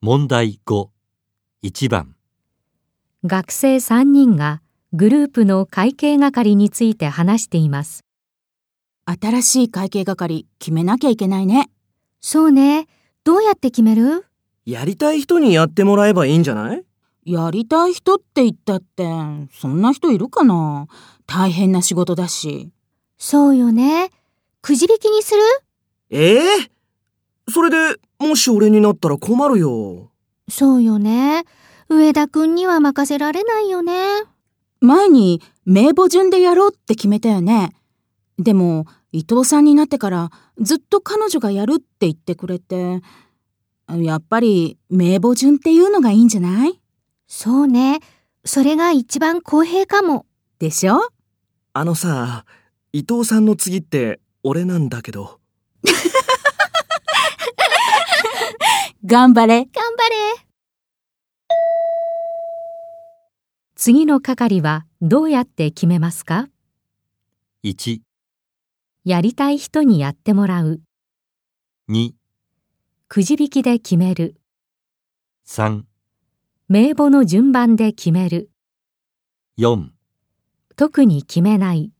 問題5、1番、学生3人がグループの会計係について話しています。新しい会計係決めなきゃいけないね。そうね。どうやって決めるやりたい人にやってもらえばいいんじゃないやりたい人って言ったって、そんな人いるかな大変な仕事だし。そうよね。くじ引きにするええそれで、もし俺になったら困るよ。そうよね。上田くんには任せられないよね。前に名簿順でやろうって決めたよね。でも、伊藤さんになってからずっと彼女がやるって言ってくれて、やっぱり名簿順っていうのがいいんじゃないそうね。それが一番公平かも。でしょあのさ、伊藤さんの次って俺なんだけど。頑張れ。頑張れ次の係はどうやって決めますか1、やりたい人にやってもらう。 2、くじ引きで決める。 3、名簿の順番で決める。 4特に決めない。